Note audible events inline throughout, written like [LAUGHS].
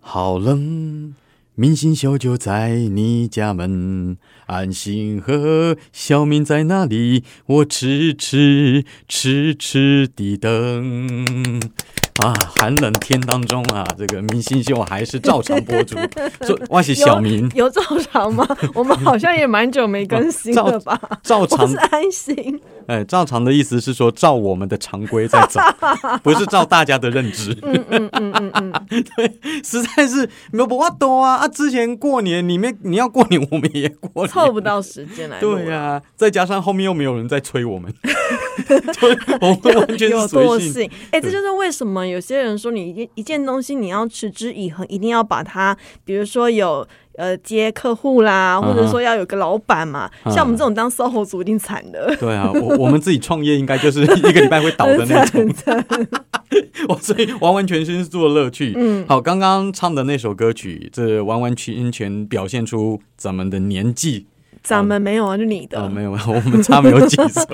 好冷，明星秀就在你家门。安心和小明在哪里？我痴痴痴痴地等。啊，寒冷天当中啊，这个明星秀还是照常播出。说我是小明，有照 [LAUGHS] 常吗？我们好像也蛮久没更新了吧？照我常是安心，哎，照常的意思是说，照我们的常规在 [LAUGHS] 走，不是照大家的认知。嗯嗯嗯嗯嗯，实在是没有办法多啊！啊，之前过年你们你要过年，我们也过凑年。不到时间来录对呀、再加上后面又没有人在催我们，就我们完全有是惰啊随性。性，哎、这对就是为什么有些人说你一一件东西你要持之以恒，一定要把它，比如说有呃接客户啊啦，或者说要有个老板嘛。嗯像我们这种当 SOHO 族一定惨的，对啊，我我们自己创业应该就是一个礼拜会倒的那种很，惨。我所以完完全全是做乐趣。嗯好，刚刚唱的那首歌曲，这完完全全表现出咱们的年纪咱们没有啊，就你的。哦，没有，没有，我们差没有几岁。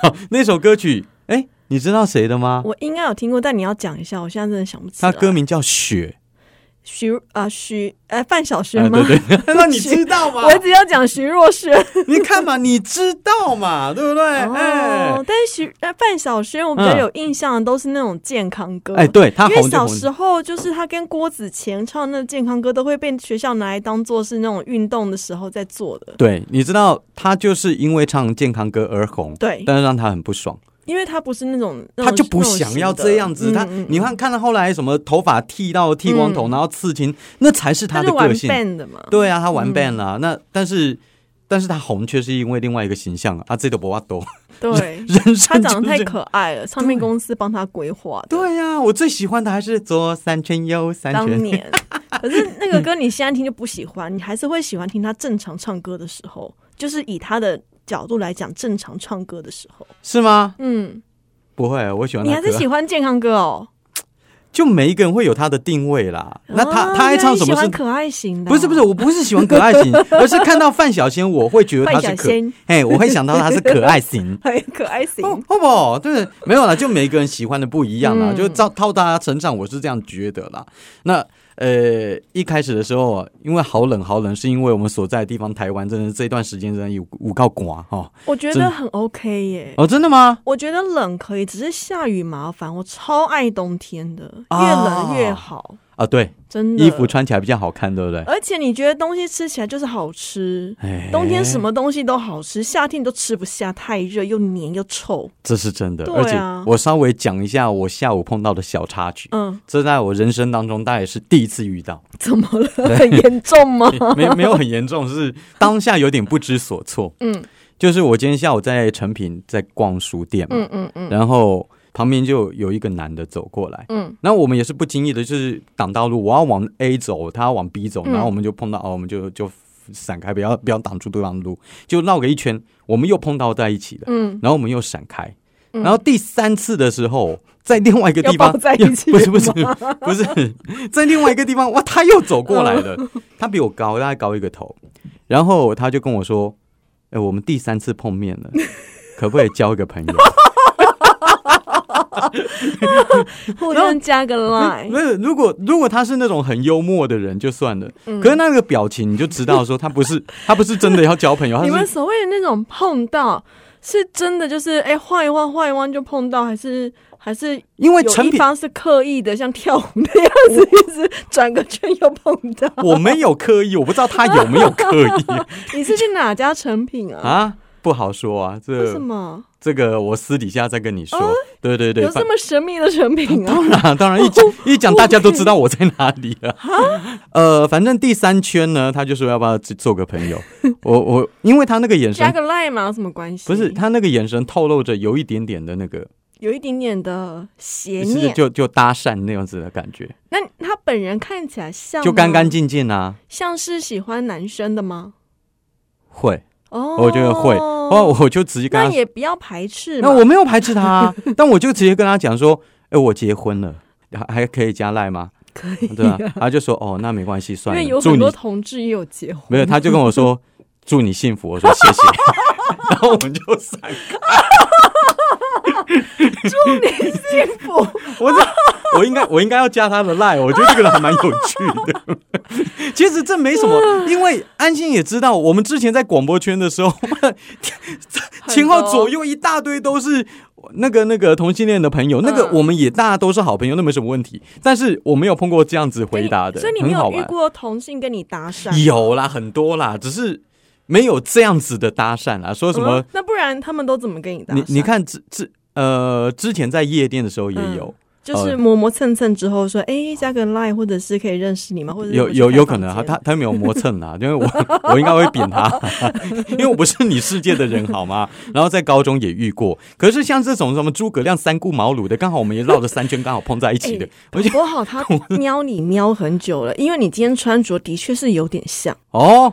好，那首歌曲，哎，你知道谁的吗？我应该有听过，但你要讲一下，我现在真的想不起来。他歌名叫《雪徐啊徐哎范晓》萱啊，吗？对对，那你知道吗？我只要讲徐若瑄你看嘛，你知道嘛，对不对？ [LAUGHS] 哎、哦，但是徐哎范晓萱我比较嗯有印象的都是那种健康歌，哎，对他因为红就小红。时候就是他跟郭子乾唱那健康歌，都会被学校拿来当做是那种运动的时候在做的。对，你知道他就是因为唱健康歌而红，对，但是让他很不爽，因为他不是那种，那他种就不想要这样子。他，你，看，看到后来什么头发剃到剃光头，嗯然后刺青，那才是他那种的型的他是玩嗯个性。 band 的嘛。对啊，他玩 band 啦、那但是但是他红却是因为另外一个形象啊，啊这都不挖多，对， [LAUGHS] 人他生长就得是太这样。可爱了，唱片公司帮他规划的。对呀、我最喜欢的还是左三圈右三当圈，年，可是那嗯个歌你现在听就不喜欢，你还是会喜欢听他正常唱歌的时候，就是以他的角度来讲，正常唱歌的时候，是吗？嗯，不会，我喜欢你他还歌是喜欢健康歌哦。就每一个人会有他的定位啦。 [LAUGHS] 那他哦他爱唱什原么来是？你喜欢可爱型的哦、不是 [LAUGHS] 不是，我不是喜欢可爱型，而是看到范晓萱，我会觉得她范是晓可，萱。哎，我会想到她是可爱型 [LAUGHS] 很可爱型。哦，好不好？对，没有啦，就每个人喜欢的不一样啦，嗯就照套大家成长，我是这样觉得啦。那呃，一开始的时候，因为好冷好冷，是因为我们所在的地方台湾，真的这段时间真的有五告寡哈。我觉真得很 OK 耶。哦，真的吗？我觉得冷可以，只是下雨麻烦。我超爱冬天的，啊越冷越好，啊，对，真的。衣服，穿起来比较好看，对不对？而且你觉得东西吃起来就是好吃。哎，呃冬天什？么东西都好吃，夏天你都吃不下，太热又黏又臭。这是真的，对而且啊我稍微讲一下我下午碰到的小插曲。嗯，这在我人生当中，大概也是第一次遇 [LAUGHS] 到，怎么了？很严重吗？没没有很严重，是当下有点不知所措。嗯就是我今天下午在成品在逛书店嘛，嗯嗯嗯然后旁边就有一个男的走过来，嗯，那我们也是不经意的，就是挡道路，我要往 A 走，他要往 B 走，嗯然后我们就碰到，哦，我们就就闪开，不要不要挡住对方的路，就绕个一圈，我们又碰到在一起了，嗯，然后我们又闪开，嗯然后第三次的时候，在另外一个要地方抱在一 [LAUGHS] 起不是不是不是， [LAUGHS] 在另外一个地方，哇，他又走过来 [LAUGHS] 了，他比我高，大概高一个头，然后他就跟我说：“哎、我们第三次碰面 [LAUGHS] 了，可不可以交一个朋友？”互相加个 [LAUGHS] [LAUGHS] line。不是，如果如果他是那种很幽默的人就算了，嗯可是那个表情你就知道说他不 [LAUGHS] 是他不是真的要交朋友，你他们是所谓的那种碰到，是真的就是哎晃一晃晃一晃就碰到，还是还是因为有成一品方是刻意的，像跳舞那样子，一直转个圈又碰到？ [LAUGHS] 我没有刻意，我不知道他有没有刻意 [LAUGHS] 你是去哪家成品啊？啊。不好说啊，为什这么哦这个我私底下再跟你说。对对对，有这么神秘的成品啊？当然，当然一 [LAUGHS] 讲一讲，大家都知道我在哪里了。呃，反正第三圈呢，他就说要不要做个朋 [LAUGHS] 友。我我，因为他那个眼加神个 line 嘛，有什么关系？不是，他那个眼神透露着有一点点的那个，有一点点的邪是念。就就搭讪那样子的感觉，那他本人看起来像就干干吗净净啊。像是喜欢男生的吗？会，哦，我觉得会。哦，我就直接跟那他，也不要排斥嘛。那我没有排斥他、啊， [LAUGHS] 但我就直接跟他讲说，哎，我结婚了，还还可以加赖吗？可以对啊，他就说，哦，那没关系，因算为有了，祝很你 [LAUGHS] 多同志也有结婚， [LAUGHS] 没有，他就跟我说祝你幸福，我说谢谢。然后我们就散开。祝你幸福。我这我应该我应该要加他的 line，我觉得这个人还蛮有趣的。 [LAUGHS] 其实这没什么，因为安心也知道，我们之前在广播圈的 [LAUGHS] 时候，前后左右一大堆都是那个那个同性恋的朋嗯友，那个我们也大家都是好朋友，那没什么问题。但是我没有碰过这样子回答的，哎所以你没很好有遇玩。过同性跟你搭讪？有啦，很多啦，只是没有这样子的搭讪啦，说什么嗯那不然他们都怎么跟你搭讪？你你，看之之呃，之前在夜店的时候也嗯有，呃就是磨磨蹭蹭之后说，哎、加个 line，或者是可以认识你吗？或者是有嗯我去有开有可房能啊，间他他没有磨蹭啦， [LAUGHS] 因为我我应该会扁他， [LAUGHS] 因为我不是你世界的人好吗？然后在高中也遇过，可是像这种什么诸葛亮三顾茅庐的，刚好我们也绕着三圈，刚好碰在一起哎的， [LAUGHS] 我就我好，他瞄你瞄很久了，因为你今天穿着的确是有点像，哦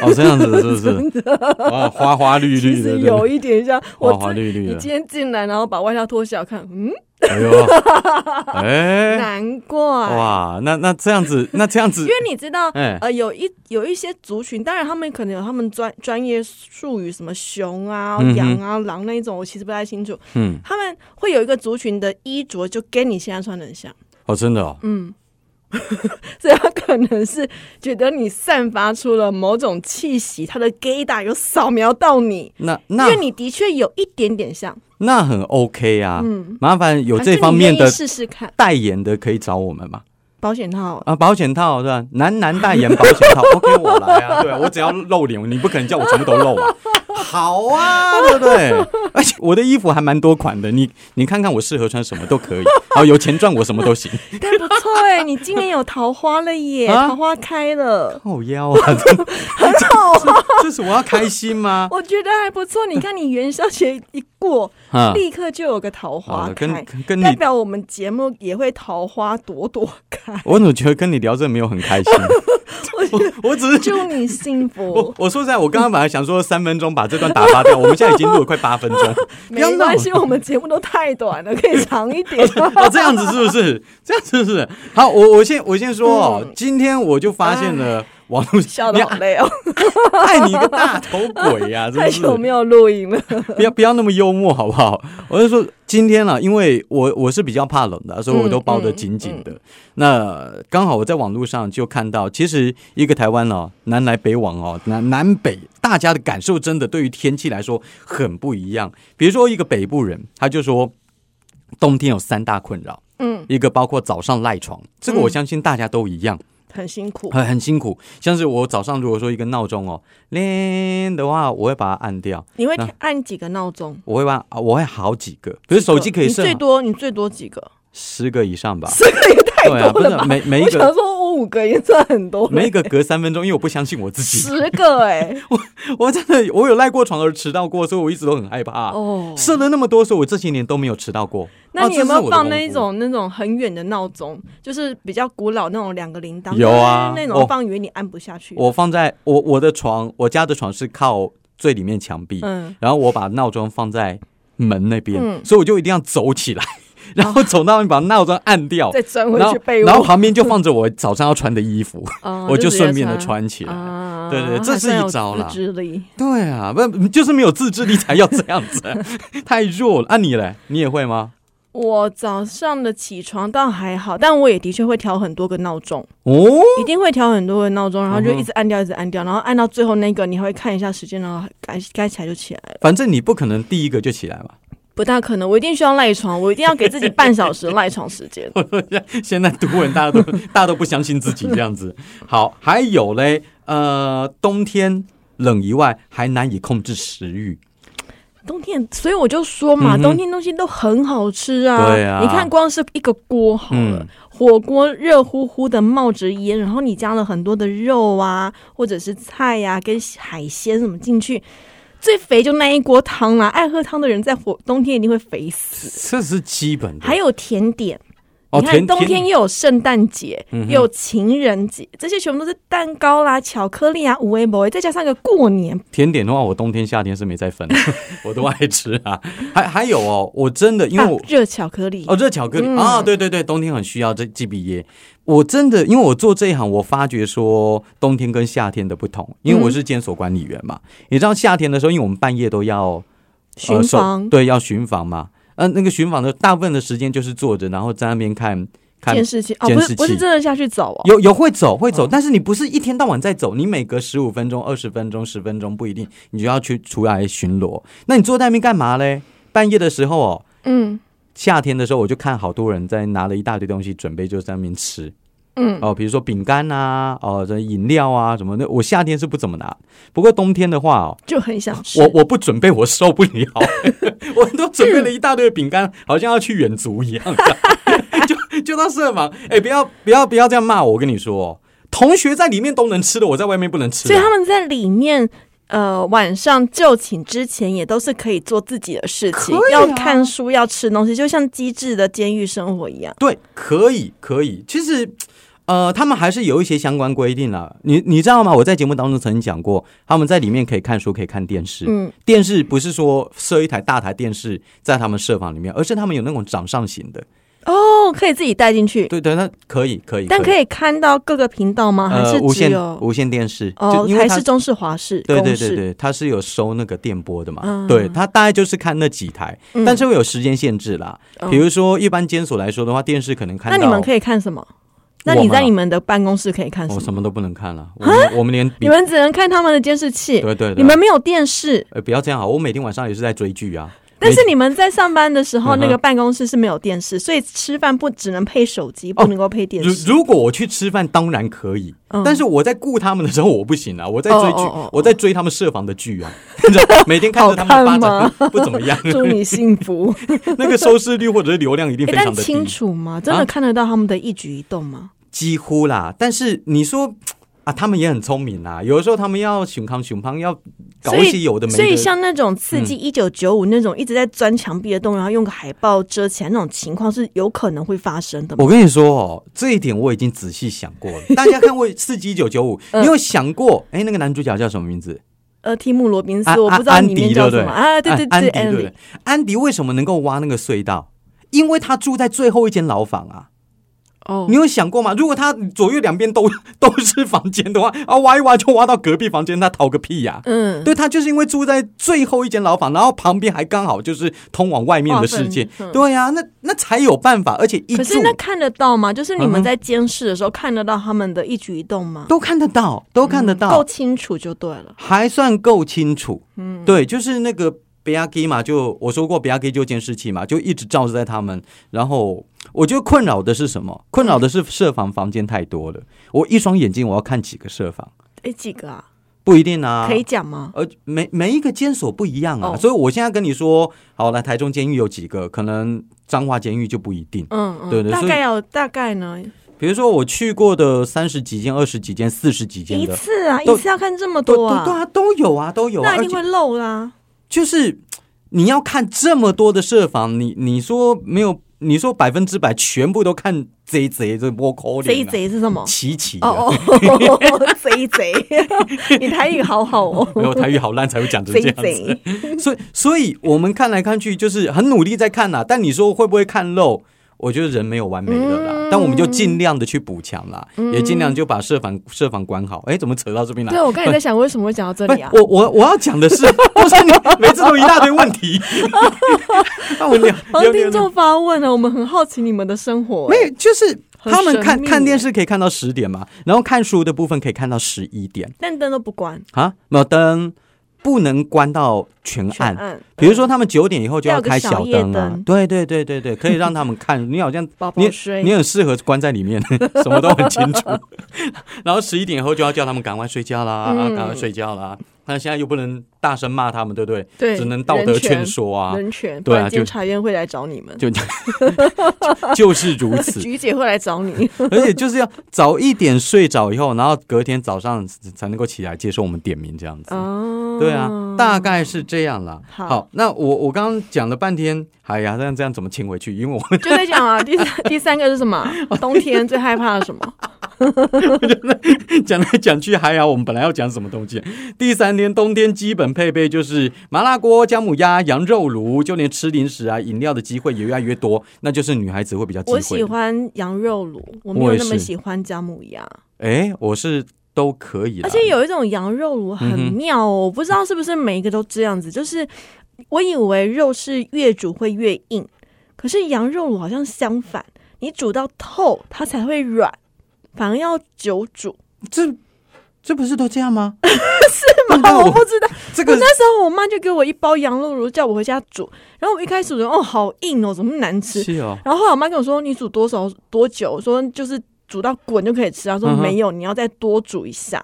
哦这样子是不是？哇，花花绿绿其的，实对有一点像。我花花真绿绿你的，今天进来，然后把外套脱下来看，嗯，哎 [LAUGHS] 呦，哎难怪，哇，那那这样子，那这样子因为，你知道，哎呃，有一有一些族群，当然他们可能有他们专专业术语，什么熊啊嗯哼、羊啊、狼那一种，我其实不太清楚。嗯，他们会有一个族群的衣着，就跟你现在穿的很像，哦真的哦，嗯所以他可能是觉得你散发出了某种气息，他的 gay 大有扫描到你。那因那为你的确有一点点像，那很 OK 啊，嗯麻烦有还是这你方面愿意的试试看代言的可以找我们嘛。保险套。啊，保险套是吧？男男代言保险 [LAUGHS] 套，OK，我来啊，对啊我只要露脸，你不可能叫我全部都露啊。好啊， [LAUGHS] 对不对？而且我的衣服还蛮多款的，你你看看我适合穿什么都可以，哦，有钱赚我什么都 [LAUGHS] 行。但不错哎、你今年有桃花了耶，啊桃花 [LAUGHS] 开了，哦靠腰啊，真的这是我要开心 [LAUGHS] 吗？我觉得还不错。你看你元宵节一过，啊，立刻就有个桃好花的，开跟，跟你代，表我们节目也会桃花朵朵开。我怎么觉得跟你聊这没有很开心？ [LAUGHS] 我觉得我只是。祝你幸我 [LAUGHS] 福，我说实在，我刚刚本来想说三分钟把这段打发掉，我们现在已经录了快八分钟，不 [LAUGHS] 没要闹关系，我们节目都太短了，可以长一 [LAUGHS] 点。哦，这样子是不 [LAUGHS] 是？这样子是不是？好，我我先我先说哦，嗯今天我就发现了网络笑你得好累哦，爱你个大头鬼呀、真太的是久没有录 [LAUGHS] 音了。不要不要那么幽默好不好？我就说今天了，因为我我是比较怕冷的，所以嗯我都包得紧紧的。那刚好我在网络上就看到，其实一个台湾哦，南来北往哦，南南北大家的感受真的对于天气来说很不一样。比如说一个北部人，他就说冬天有三大困扰。嗯，一个包括早上赖床，这个我相信大家都一样，很辛苦。很很辛苦。像是我早上如果说一个闹钟哦铃的话，我会把它按掉，你会那按几个闹钟？我会把啊我会好几个，可是手机可以你设最多你最多几个？十个以上 [LAUGHS] 吧，这个也太对啊，不多了是吧？每每一我想个说，我五个也算很多了， [LAUGHS] 每一个隔三分钟，因为我不相信我自己，十 [LAUGHS] 个哎，我真的我有赖过床而迟到过，所以我一直都很害怕。哦，设了那么多，所以我这些年都没有迟到过。那你有没哦这是有我的放那一功夫种那种很远的闹钟，就是比较古老那种两个铃铛？有啊就是那我种放远你按不下去。我放在我我的床，我家的床是靠最里面墙壁，嗯，然后我把闹钟放在门那边，嗯哦所以我就一定要走起来，然后走到你把闹钟按掉，再钻回然后去被窝，然后旁边就放着我早上要穿的衣服，啊我就直接顺便的穿起来。啊对对这是一招啦还算有自制力对啊，不就是没有自制力才要这样子， [LAUGHS] 太弱了。啊你嘞，你也会吗？我早上的起床倒还好，但我也的确会调很多个闹钟，哦，一定会调很多个闹钟，然后就嗯哼一直按掉，一直按掉，然后按到最后那个，你还会看一下时间，然后哎该该起来就起来了，反正你不可能第一个就起来嘛。 [LAUGHS] 不大可能，我一定需要赖床，我一定要给自己半小时赖床时间。现在读文大家都 [LAUGHS] 大家都不相信自己这样子。好，还有嘞，呃，冬天冷以外，还难以控制食欲。冬天，所以我就说嘛，嗯哼冬天东西都很好吃啊。对啊你看光是一个锅好了，嗯火锅热乎乎的冒着烟，然后你加了很多的肉啊，或者是菜呀、跟海鲜什么进去。最肥就那一锅汤啦、爱喝汤的人在火冬天一定会肥死。这是基本的。还有甜点，哦，你看甜冬天甜又有圣诞节，嗯哼又有情人节，这些全部都是蛋糕啦、巧克力啊、五味博，再加上一个过年，甜点的话，我冬天夏天是没在分的， [LAUGHS] 我都爱吃啊。还还有哦，我真的因为啊我、热巧克力哦，热巧克力、嗯啊，对对对，冬天很需要这这笔耶。我真的，因为我做这一行，我发觉说冬天跟夏天的不同，因为我是监所管理员嘛。你知道夏天的时候，因为我们半夜都要嗯呃巡守房、对，要巡防嘛。呃，那个巡防的大部分的时间就是坐着，然后在那边看看监视器哦，监不视是不是器真的下去走哦，有有会走会走，但是你不是一天到晚在走，你每隔十五分钟、二十分钟、十分钟不一定，你就要去出来巡逻。那你坐在那边干嘛嘞？半夜的时候哦，嗯夏天的时候我就看好多人在拿了一大堆东西，准备就在那边吃嗯，哦，比如说饼干啊，哦，这饮料啊什么的。我夏天是不怎么拿，不过冬天的话哦，就很想吃。我我不准备我受不了， [LAUGHS] 我都准备了一大堆的饼干，好像要去远足一样， [LAUGHS] 就就到社盲。哎、不要不要不要这样骂我！我跟你说哦，同学在里面都能吃的，我在外面不能吃、所以他啊。们在里面，呃，晚上就寝之前也都是可以做自己的事情，可以啊要看书，要吃东西，就像机智的监狱生活一样。对，可以可以。其实，呃，他们还是有一些相关规定啦。你你知道吗？我在节目当中曾经讲过，他们在里面可以看书，可以看电视。嗯，电视不是说设一台大台电视在他们设防里面，而是他们有那种掌上型的。哦，可以自己带进去，对对，那可以可以。但可以可以看到各个频道哦吗？还呃，是无只线有？无线电视，哦就，因为还它是中式、华式、对公对对式，对，它是有收那个电波的嘛，嗯对，它大概就是看那几台，嗯但是会有时间限制啦。嗯比如说一般监所来说的话，电视可能看那到你们可以看什么？那我你们在啊你们的办公室可以看什我么？什么都不能看了，我们我们连你们只能看他们的监视器，对对对，你们没有电视。呃不要这样好，我每天晚上也是在追剧啊，但是每你们在上班的时候，嗯哼那个办公室是没有电视，所以吃饭不只能配手机，不哦能够配电如视。如果我去吃饭当然可以，嗯但是我在顾他们的时候我不行啊，我在追剧，哦哦哦哦我在追他们设防的剧啊，你知道每天看着他们发好展 [LAUGHS] 不不怎么样，祝你幸福。那个收视率或者是流量一定诶非常哎但的低。清楚吗？真的啊看得到他们的一举一动吗？几乎啦，但是你说啊，他们也很聪明啦，有的时候他们要熊康熊康，要搞所以一些有的没嗯所以的。像那种刺激一九九五那种一直在钻墙壁的洞，然后用个海报遮起来那种情况，是有可能会发生的吗？我跟你说哦，这一点我已经仔细想过 [LAUGHS] 了。大家看过《刺激一九九五》，嗯你有想过？哎，那个男主角叫什么名字？呃，提姆·罗宾斯，啊我不知道安里面迪叫对不对什么啊？对对安对，安迪对不对？安迪为什么能够挖那个隧道？因为他住在最后一间牢房啊！哦你，有想过吗？如果他左右两边都 [LAUGHS] 都是房间的话，啊，挖一挖就挖到隔壁房间，他逃个屁呀、嗯，对他就是因为住在最后一间牢房，然后旁边还刚好就是通往外面的世界划分嗯。对呀、那那才有办法，而且一可住是那看得到吗？就是你嗯们哼在监视的时候看得到他们的一举一动吗？都看得到，都看得到，嗯够清楚就对了。还算够清楚。嗯，对，就是那个。比亚基嘛，就我说过，比亚基就监视器嘛，就一直照着在他们。然后我觉得困扰的是什嗯么？困扰的是设防房间太多了。我一双眼睛我要看几个设防，哎，几个啊？不一定啊。可以讲吗？呃，每每一个监所不一样啊，哦所以我现在跟你说，好了，台中监狱有几个，可能彰化监狱就不一定。嗯嗯，对对大所以概要大概呢，比如说我去过的三十几间、二十几间、四十几间一的，次啊，一都次要看这么都多都对啊，啊，都有啊，都有啊，那一而定且会漏啦。就是你要看这么多的设防，你你说没有，你说百分之百全部都看贼贼这波口贼脸、啊，贼是什么？齐齐的，哦哦，贼贼， [LAUGHS] 你台语好好 [LAUGHS] 没哦，有台语好烂才会讲成这贼样子。贼。 [LAUGHS] 所以，所以我们看来看去，就是很努力在看啦、但你说会不会看漏？我觉得人没有完美的啦，嗯但我们就尽量的去补强啦，也尽量就把设防设防管好。哎，怎么扯到这边来？对，我刚才在想，为什么会讲到这不里是 [LAUGHS] 啊？我我我要讲的是， [LAUGHS] 我说你每次都一大堆问 [LAUGHS] 题，那我聊帮聊听聊。众发问啊呢，我们很好奇你们的生活。哎没有，就是很他们看神秘看电视可以看到十点嘛，然后看书的部分可以看到十一点但灯都不关，啊，没有灯不能关到全全暗，暗。比如说，他们九点以后就要开小要有灯个小夜啊灯，对对对对对，可以让他们看。 [LAUGHS] 你好像宝宝你睡你很适合关在里面， [LAUGHS] 什 [LAUGHS] 么都很清楚。然后十一点以后就要叫他们赶快睡觉啦，嗯啊赶快睡觉啦。那现在又不能大声骂他们，对不对？对，只能道德劝说啊，人权，不对啊然就监察院会来找你们，就 [LAUGHS] 就是如此。 [LAUGHS] 菊姐会来找你。而且就是要早一点睡着以后，然后隔天早上才能够起来接受我们点名这样子。哦，对啊，大概是这样啦。好那我我刚刚讲了半天，哎呀，这样这样怎么请回去？因为我就在 [LAUGHS] 讲啊，第三第三个是什么？冬天最害怕的什么？讲来讲去，还好我们本来要讲什么东西。第三天，冬天基本配备就是麻辣锅、姜母鸭、羊肉炉，就连吃零食啊、饮料的机会也越来越多，那就是女孩子会比较忌我讳。喜欢羊肉炉，我没我有也那么是喜欢姜母鸭，哎，我是都可以啦，而且有一种羊肉炉很嗯哼妙哦，我不知道是不是每一个都这样子，就是我以为肉是越煮会越硬，可是羊肉炉好像相反，你煮到透它才会软，反而要久煮。这这不是都这样吗？ [LAUGHS] 是那吗？我我不 [LAUGHS] 知道。这个那时候我妈就给我一包羊肉炉，叫我回家煮。然后我一开始我觉得哦，好硬哦，怎么那么难吃？是哦，然后后来我妈跟我说，你煮多少多久？我说就是煮到滚就可以吃。她说嗯哼没有，你要再多煮一下，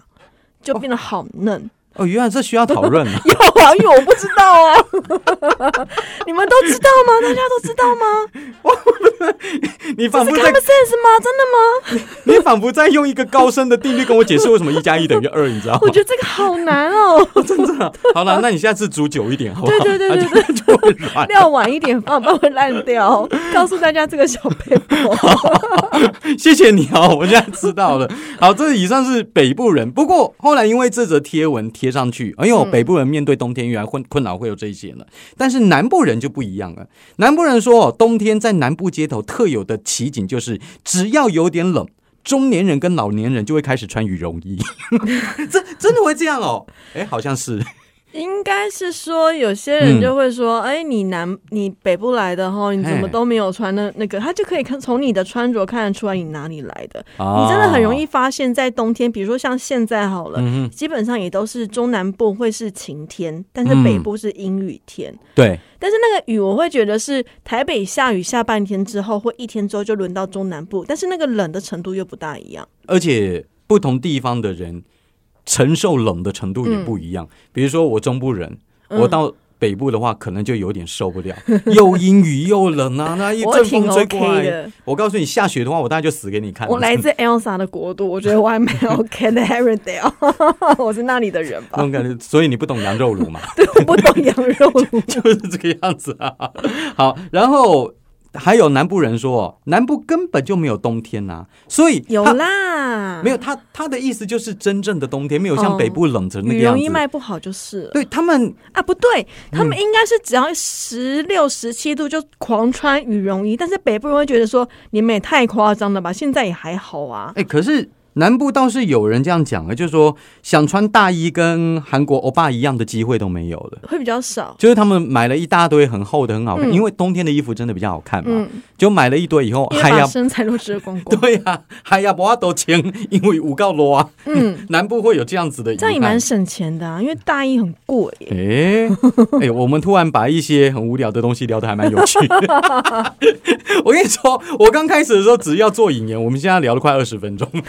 就变得好嫩。。哦，原来这需要讨论啊 [LAUGHS] 有啊，因为我不知道啊， [LAUGHS] 你们都知道吗？大家都知道 [LAUGHS] 吗？你仿是佛在 common sense 吗？真的 [LAUGHS] 吗？你仿佛在用一个高深的定律跟我解释为什么一加一等于二，你知道我吗？觉得这个好难哦，真的啊。 [LAUGHS] 好了，那你下次煮久一点，好不好？对对对对对，就就会软。料晚一点放，不然会烂掉。告诉大家这个小 paper， [LAUGHS] 谢谢你哦，我现在知道了。好，这以上是北部人，不过后来因为这则贴文贴上去，哎嗯呦，北部人面对冬天原来困困扰会有这一些呢。但是南部人就不一样了，南部人说，哦，冬天在南部街头特有的奇景就是，只要有点冷。中年人跟老年人就会开始穿羽绒衣， [LAUGHS] 真真的会这样哦？哎，好像是，应该是说有些嗯人就会说，哎、你南你北部来的哈，你怎么嘿都没有穿那那个，他就可以看从你的穿着看得出来你哪里来的。你真的很容易发现，在冬天，比如说像现在好了，哦嗯基本上也都是中南部会是晴天，但是北部是阴雨天。啊对，但是那个雨，我会觉得是台北下雨下半天之后，或一天之后就轮到中南部，但是那个冷的程度又不大一样。而且不同地方的人承受冷的程度也不一样。比如说我中部人，嗯我到北部的话，可能就有点受不了， [LAUGHS] 又阴雨又冷啊，那一我阵挺风吹过 OK 来。的，我告诉你，下雪的话，我大概就死给你看。我 [LAUGHS] 来自 Elsa 的国度，我觉得我还蛮 OK 的 Harrendale，我是 [LAUGHS] 那里的人那吧？种感觉，所以你不懂羊肉炉嘛， [LAUGHS] 对， [LAUGHS] 我不懂羊肉炉。就是这个样子啊。好，然后还有南部人说，南部根本就没有冬天呐、所以有他啦，没有他他的意思就是真正的冬天没有像哦北部冷成那个羽样绒子衣。卖不好就是了。对他们啊，不对，他嗯们应该是只要十六、十七度就狂穿羽绒衣，但是北部人会觉得说你们也太夸张了吧？现在也还好啊哎、，可是南部倒是有人这样讲啊，就是说想穿大衣跟韩国欧巴一样的机会都没有了。会比较少。就是他们买了一大堆很厚的，很好看，嗯因为冬天的衣服真的比较好看嘛。嗯，就买了一堆以后，因哦为还把呀，身材都遮光 [LAUGHS] 光。对呀，还呀，我都钱，因为五告罗啊，嗯，南部会有这样子的遗憾。这样也蛮省钱的啊，因为大衣很贵耶。哎哎，我们突然把一些很无聊的东西聊得还蛮有趣 [LAUGHS] 的。我跟你说，我刚开始的时候只要做引言，我们现在聊了快二十分钟。 [LAUGHS]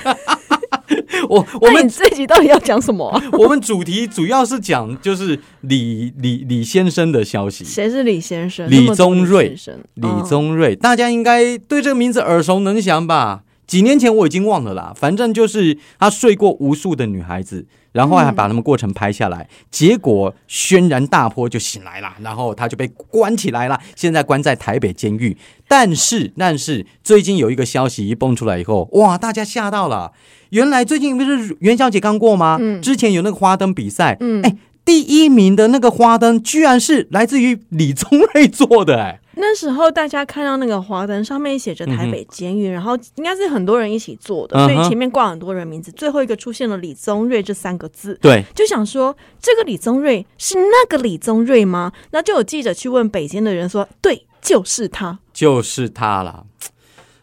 我我那们你这集到底要讲什么 [LAUGHS] 啊、我们主题主要是讲就是李李李先生的消息。谁是李先生？李那么多宗瑞先生，李哦宗瑞，大家应该对这个名字耳熟能详吧？几年前我已经忘了啦，反正就是他睡过无数的女孩子，然后还把他们过程拍下来，结果轩然大波就醒来啦，然后他就被关起来啦，现在关在台北监狱。但是，但是最近有一个消息一蹦出来以后，哇，大家吓到了。原来最近不是元宵节刚过吗？嗯之前有那个花灯比赛，嗯哎，第一名的那个花灯居然是来自于李宗瑞做的、哎，那时候大家看到那个华灯上面写着台北监狱，然后应该是很多人一起做的，嗯所哼以前面挂很多人名字，最后一个出现了李宗瑞这三个字。对，就想说这个李宗瑞是那个李宗瑞吗？那就有记者去问北京的人说，对，就是他。就是他啦。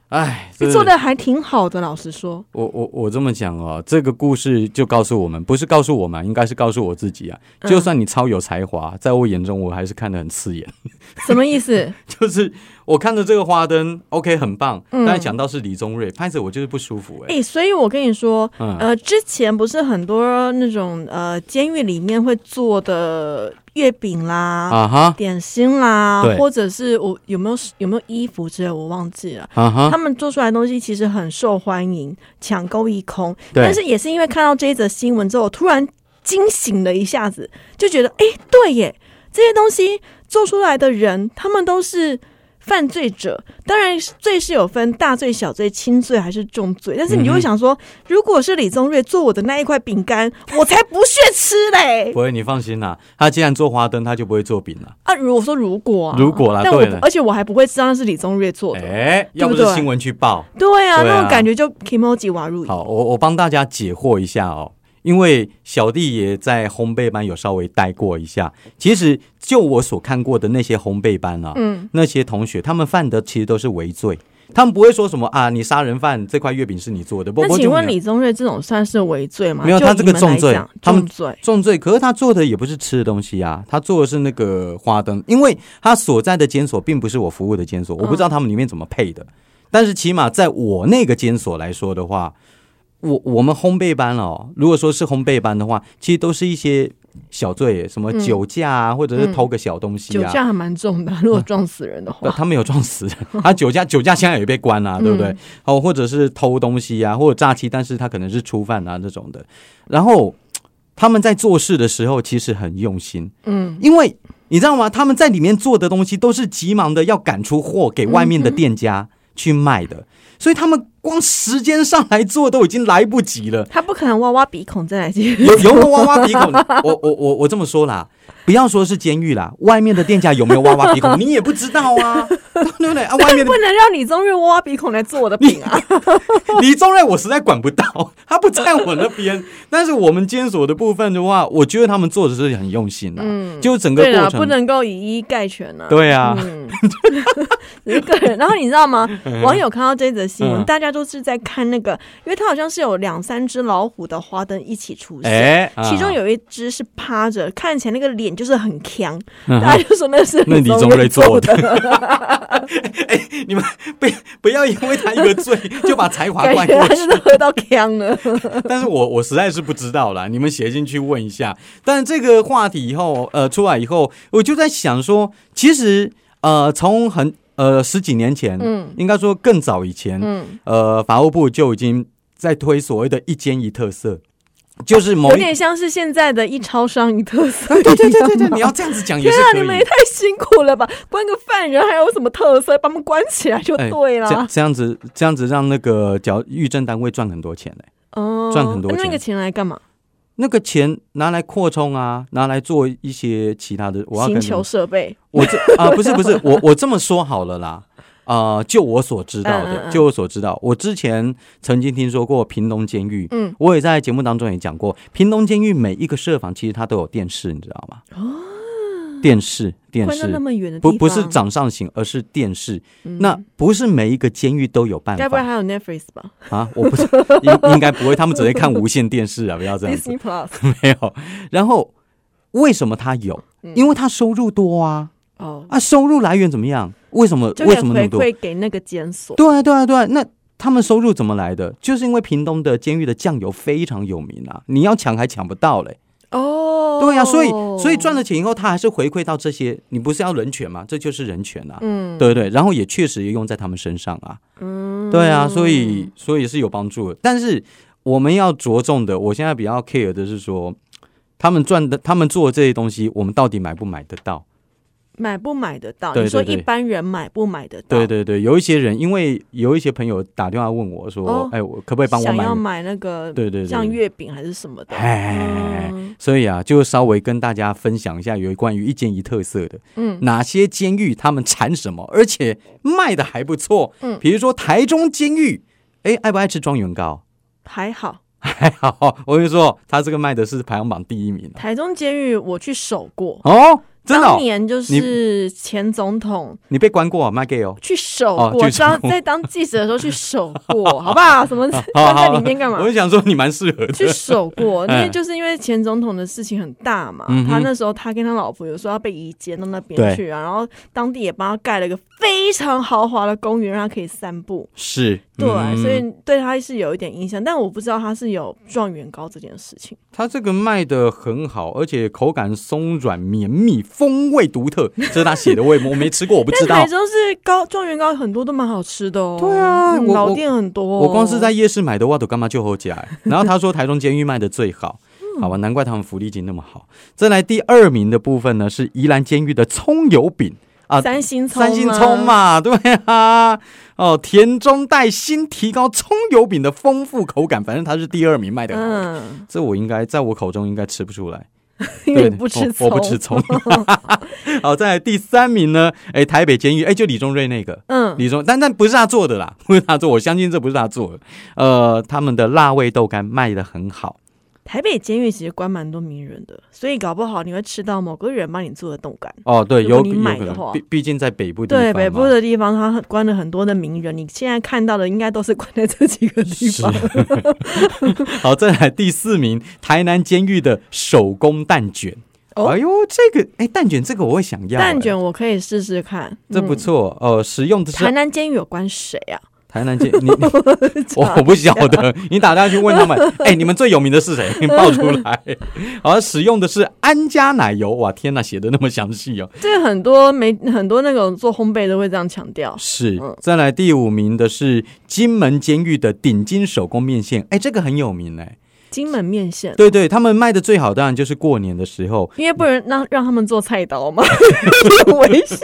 哎，你这做的还挺好的，老实说，我我我这么讲哦，这个故事就告诉我们，不是告诉我们，应该是告诉我自己啊。嗯就算你超有才华，在我眼中我还是看得很刺眼。 [LAUGHS] 什么意思？就是我看着这个花灯，OK，很棒。嗯但是想到是李宗瑞，拍着我就是不舒服哎、哎、所以我跟你说，嗯呃，之前不是很多那种呃监狱里面会做的月饼啦、啊哈点心啦对，或者是我有没有有没有衣服之类，我忘记了。啊哈他，们做出来的东西其实很受欢迎，抢购一空。对但是也是因为看到这一则新闻之后，我突然惊醒了一下子，就觉得哎、诶对耶，这些东西做出来的人，他们都是犯罪者。当然，罪是有分大罪、小罪、轻罪还是重罪。但是你就嗯哼会想说，如果是李宗瑞做我的那一块饼干，我才不屑吃嘞 [LAUGHS] 不。会，你放心啦、他既然做花灯，他就不会做饼了。啊，如果说如果、啊，如果啦但我对了不而且我还不会知道那是李宗瑞做哎、的。要不对是不对新闻去报，对啊，对啊那种感觉就 kimoji 瓦入。好，我我帮大家解惑一下哦，因为小弟也在烘焙班有稍微待过一下。其实就我所看过的那些烘焙班啊，嗯，那些同学他们犯的其实都是违罪，他们不会说什么啊，你杀人犯这块月饼是你做的。不，那不请问就你啊李宗瑞这种算是违罪吗？没有就他这个你们来重罪讲他们重罪。重罪，可是他做的也不是吃的东西啊，他做的是那个花灯，因为他所在的监所并不是我服务的嗯监所，我不知道他们里面怎么配的，但是起码在我那个监所来说的话，我我们烘焙班哦，如果说是烘焙班的话，其实都是一些小罪，什么嗯酒驾啊，或者是偷个小东西酒啊。驾还蛮重的，如 [LAUGHS] 果撞死人的不话，他没有撞死人，他酒驾酒驾现在也被关啦、嗯对不对？哦，或者是偷东西啊，或者诈欺，但是他可能是初犯啊这种的。然后他们在做事的时候其实很用心，嗯，因为你知道吗？他们在里面做的东西都是急忙的要赶出货给外面的店嗯家去卖的，所以他们光时间上来做都已经来不及了。他不可能挖挖鼻孔再来接。有有没有挖挖鼻孔？ [LAUGHS] 我我我我这么说啦，不要说是监狱啦，外面的店家有没有挖挖鼻孔，你也不知道啊，对不对？啊， [LAUGHS] 外面的 [LAUGHS] 不能让李宗瑞挖挖鼻孔来做 [LAUGHS] 我的饼啊！李宗瑞我实在管不到， [LAUGHS] 他不在我那边。 [LAUGHS] 但是我们监所的部分的话，我觉得他们做的是很用心的、嗯就整个对啊，过程，不能够以一概全啊。对啊嗯， [LAUGHS] 只是个人。然后你知道吗？网友看到这则新嗯闻，大家都是在看那个，因为他好像是有两三只老虎的花灯一起出现，哎、啊其中有一只是趴着，看起来那个脸就是很强，嗯大家就说那是那李宗瑞做做的。哎、你们不不要因为他一个 [LAUGHS] 罪就把才华感怪觉过去。他就是喝到呛了。但是我我实在是不知道啦，你们写进去问一下。但是这个话题以后，呃，出来以后，我就在想说，其实呃，从很呃十几年前，嗯应该说更早以前，嗯，呃，法务部就已经在推所谓的一间一特色，就是 [LAUGHS] 某有一点像是现在的一超商一特 [LAUGHS] 色。 [LAUGHS] 对对对对对，你要这样子讲也天是啊，可你们以也。太辛苦了吧！关个犯人还有什么特色？把他们关起来就对哎啊这样了。这样子，这样子让那个缴狱政单位赚很多钱嘞、哦赚很多钱那个钱来干嘛？那个钱拿来扩充啊，拿来做一些其他的。我要跟你行球设备。我这啊、不是不是，我我这么说好了啦。啊、就我所知道嗯嗯的，嗯就我所知道，我之前曾经听说过屏东监狱，嗯，我也在节目当中也讲过，屏东监狱每一个设防其实它都有电视，你知道吗？哦，电视电关到那视，么远的地不方，不是掌上型，而是电视。嗯那不是每一个监狱都有办该不会法还有 Netflix 吧啊？我 [LAUGHS] 不是应应该不会，他们只会看无线电视啊，不要这样子。[LAUGHS]？Disney Plus 没有。然后为什么他有？嗯因为他收入多啊哦，啊，收入来源怎么样？为什么就可为以什么那回么多？馈给那个监所。对啊对啊对啊，那他们收入怎么来的？就是因为屏东的监狱的酱油非常有名啊，你要抢还抢不到嘞。哦，对呀、所以所以赚了钱以后，他还是回馈到这些，你不是要人权吗？这就是人权啊，嗯对不对？然后也确实也用在他们身上啊，嗯对啊，所以所以是有帮助的。但是我们要着重的，我现在比较 care 的是说，他们赚的，他们做的这些东西，我们到底买不买得到？买不买得到？对你说对一对般人买不买得到？对对对，有一些人，因为有一些朋友打电话问我说，哦哎，我可不可以帮我想买要？买那个对对对，像对月饼还是什么的。哎嗯所以啊，就稍微跟大家分享一下有关于一间一特色的，嗯，哪些监狱他们产什么，而且卖的还不错。嗯比如说台中监狱，哎，爱不爱吃状元糕？还好。还好，我跟你说，他这个卖的是排行榜第一名啊台中监狱我去守过，哦。真的哦、当年就是前总统你被关过、啊，卖给哦。去守哦过，去守当在当记者的时候去守 [LAUGHS] 过，好不好？什么关在里面干嘛我？就想说你蛮适合的， [LAUGHS] 去守 [LAUGHS] 过，因哎为就是因为前总统的事情很大嘛，嗯哼他那时候他跟他老婆有说要被移监到那对边去啊，然后当地也帮他盖了一个非常豪华的公园，让他可以散步。是对，嗯所以对他是有一点影响，但我不知道他是有状元糕这件事情。它这个卖的很好，而且口感松软绵密，风味独特，这是他写的，我也我没吃过，我不知 [LAUGHS] 但台道。中是糕状元糕很多都蛮好吃的哦，对啊嗯我老店很多、哦。我光是在夜市买的，我都干嘛就好假、然后他 [LAUGHS] 说台中监狱卖的最好，嗯好吧，难怪他们福利金那么好。再来第二名的部分呢，是宜兰监狱的葱油饼啊，三星葱，三星葱，嘛，对啊，哦，甜中带辛，提高葱油饼的丰富口感。反正它是第二名卖的好的，嗯，这我应该在我口中应该吃不出来，因为对 [LAUGHS] 你不吃我葱，我不吃，葱。好，再来第三名呢，哎，台北监狱，哎，就李宗瑞那个。嗯，李宗，但但不是他做的啦， [LAUGHS] 不是他做，我相信这不是他做的。呃，他们的辣味豆干卖的很好，台北监狱其实关蛮多名人的，所以搞不好你会吃到某个人帮你做的冻干。哦，对，如有果你有买可的话能，毕毕竟在北部地方对，嘛，北部的地方，它很关了很多的名人，你现在看到的应该都是关在这几个地是方。，好，再来第四名，台南监狱的手工蛋卷。哦哎呦，这个哎，蛋卷这个我会想要、哎蛋，卷我可以试试看，这不嗯错。呃，使用的是台南监狱有关谁啊？台南监， [LAUGHS] 你你我我不晓得，你打电话去问他们。哎，你们最有名的是谁？你报出来。而使用的是安佳奶油，哇，天哪，写的那么详细哦。这个很多没很多那种做烘焙都会这样强调。是嗯，再来第五名的是金门监狱的顶金手工面线，哎，这个很有名哎。金门面线，对对，他们卖的最好当然就是过年的时候，因为不能让让他们做菜刀 [LAUGHS] 嘛，很危险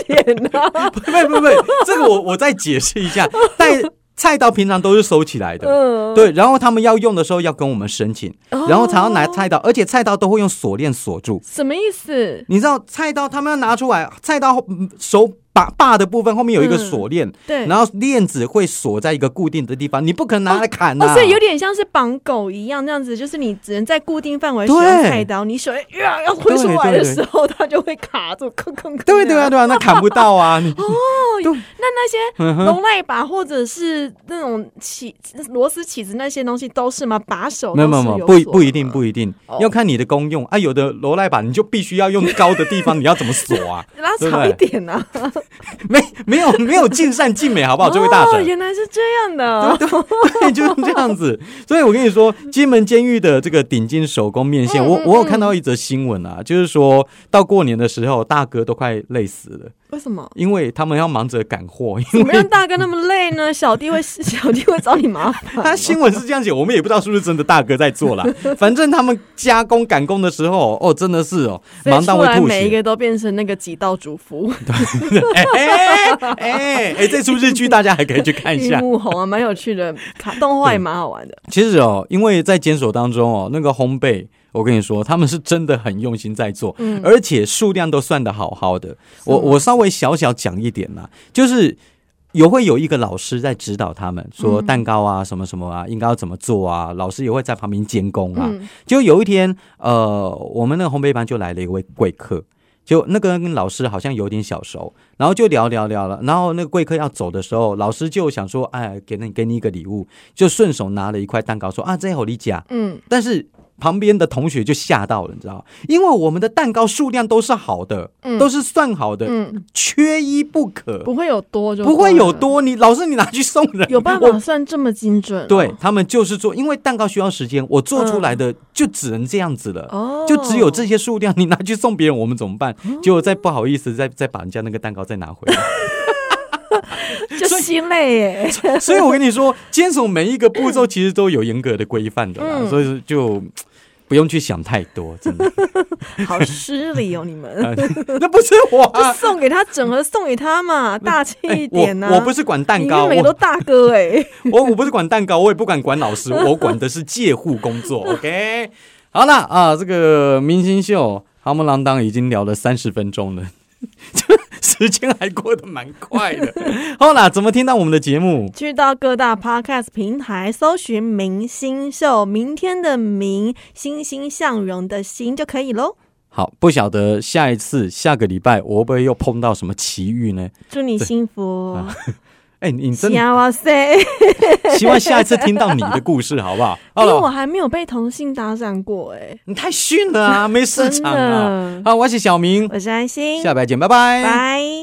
啊。不不不，这个我我再解释一 [LAUGHS] 下，带菜刀平常都是收起来的。嗯， [LAUGHS] 对，然后他们要用的时候要跟我们申请，哦然后才要拿菜刀，而且菜刀都会用锁链锁住。什么意思？你知道菜刀他们要拿出来，菜刀嗯手把把的部分后面有一个嗯锁链，对，然后链子会锁在一个固定的地方，你不可能拿来砍啊呐、哦，所以有点像是绑狗一样，那样子，就是你只能在固定范围使用对菜刀，你手呀要挥出来的时候，它就会卡住，吭吭 [LAUGHS] 吭。对对啊，，对啊，那砍不到 [LAUGHS] 啊！你那那些嗯龙赖把或者是那种起螺丝起子那些东西都是吗？把手 [LAUGHS] 没有没有，没有不不一定一不一定哦，要看你的功用啊。有的罗赖把你就必须要用高的地 [LAUGHS] 方，你要怎么锁啊？定，拉长一点呐、啊。 [LAUGHS] 没没有没有尽善尽美，好不好？这位大哦，婶，原来是这样的。对， [LAUGHS] 就是这样子。所以我跟你说，金门监狱的这个顶金手工面线，嗯我嗯我有看到一则新闻啊，就是说到过年的时候，大哥都快累死了，为什么？因为他们要忙着赶货。因怎么为让大哥那么累呢？小弟会 [LAUGHS] 小弟会找你麻烦。 [LAUGHS] 他新闻是这样写，我们也不知道是不是真的大哥在做啦。反正他们加工赶工的时候，哦，真的是哦，所 [LAUGHS] 忙以到出会来吐每一血。个都变成那个几道主妇，哎哎哎哎，这出日剧大家还可以去看一玉下。木红啊，蛮有趣的，卡动画也蛮好玩的。其实哦，因为在检索当中哦，那个烘焙，我跟你说，他们是真的很用心在做，嗯而且数量都算的好好的。我是吗我稍微小小讲一点啦、就是。有会有一个老师在指导他们，说嗯蛋糕啊什么什么啊，应该要怎么做啊。老师也会在旁边监工啊。嗯，就有一天，呃，我们那个烘焙班就来了一位贵客，就那个跟老师好像有点小熟，然后就聊聊聊了。然后那个贵客要走的时候，老师就想说，哎，给你给你一个礼物，就顺手拿了一块蛋糕说啊，这好你夹。嗯，但是旁边的同学就吓到了，你知道吗，因为我们的蛋糕数量都是好的，嗯都是算好的，嗯，缺一不可，不会有多就不会有对了，多。你老师你拿去送人， [LAUGHS] 有办我法算这么精准哦、嗯对他们就是做，因为蛋糕需要时间，我做出来的就只能这样子了。哦，就只有这些数量，你拿去送别人，我们怎么办？结果再不好意思，再再把人家那个蛋糕再拿回 [LAUGHS] 来。就心累耶，所以我跟你说，坚守每一个步骤其实都有严格的规范的啦，嗯所以说就不用去想太多，真 [LAUGHS] 的。好失礼哦，[LAUGHS] 你们。啊那不是我啊、就 [LAUGHS] 送给他，整盒送给他嘛，大气 [LAUGHS] 哎一点呐、我我不是管蛋糕，你每个都我大哥哎、我我不是管蛋糕，我也不管管老 [LAUGHS] 师，我管的是借护工作。OK，好了啊，这个明星秀哈姆郎当已经聊了三十分钟了。 [LAUGHS] 这时间还过得蛮快 [LAUGHS] 的。好啦，怎么听到我们的节目？去到各大 podcast 平台搜寻“明星秀”，明天的明，欣欣向荣的欣就可以喽。好，不晓得下一次下个礼拜我会不会又碰到什么奇遇呢？祝你幸福，哎、你你 [LAUGHS] 真的呀哇塞！希望下一次听到你的故事，好不 [LAUGHS] 好？因好为哎我了，还没有被同性搭讪过哎，你太逊了啊，没市真场啊！的。好，我是小明，我是安心，下礼拜见，拜拜。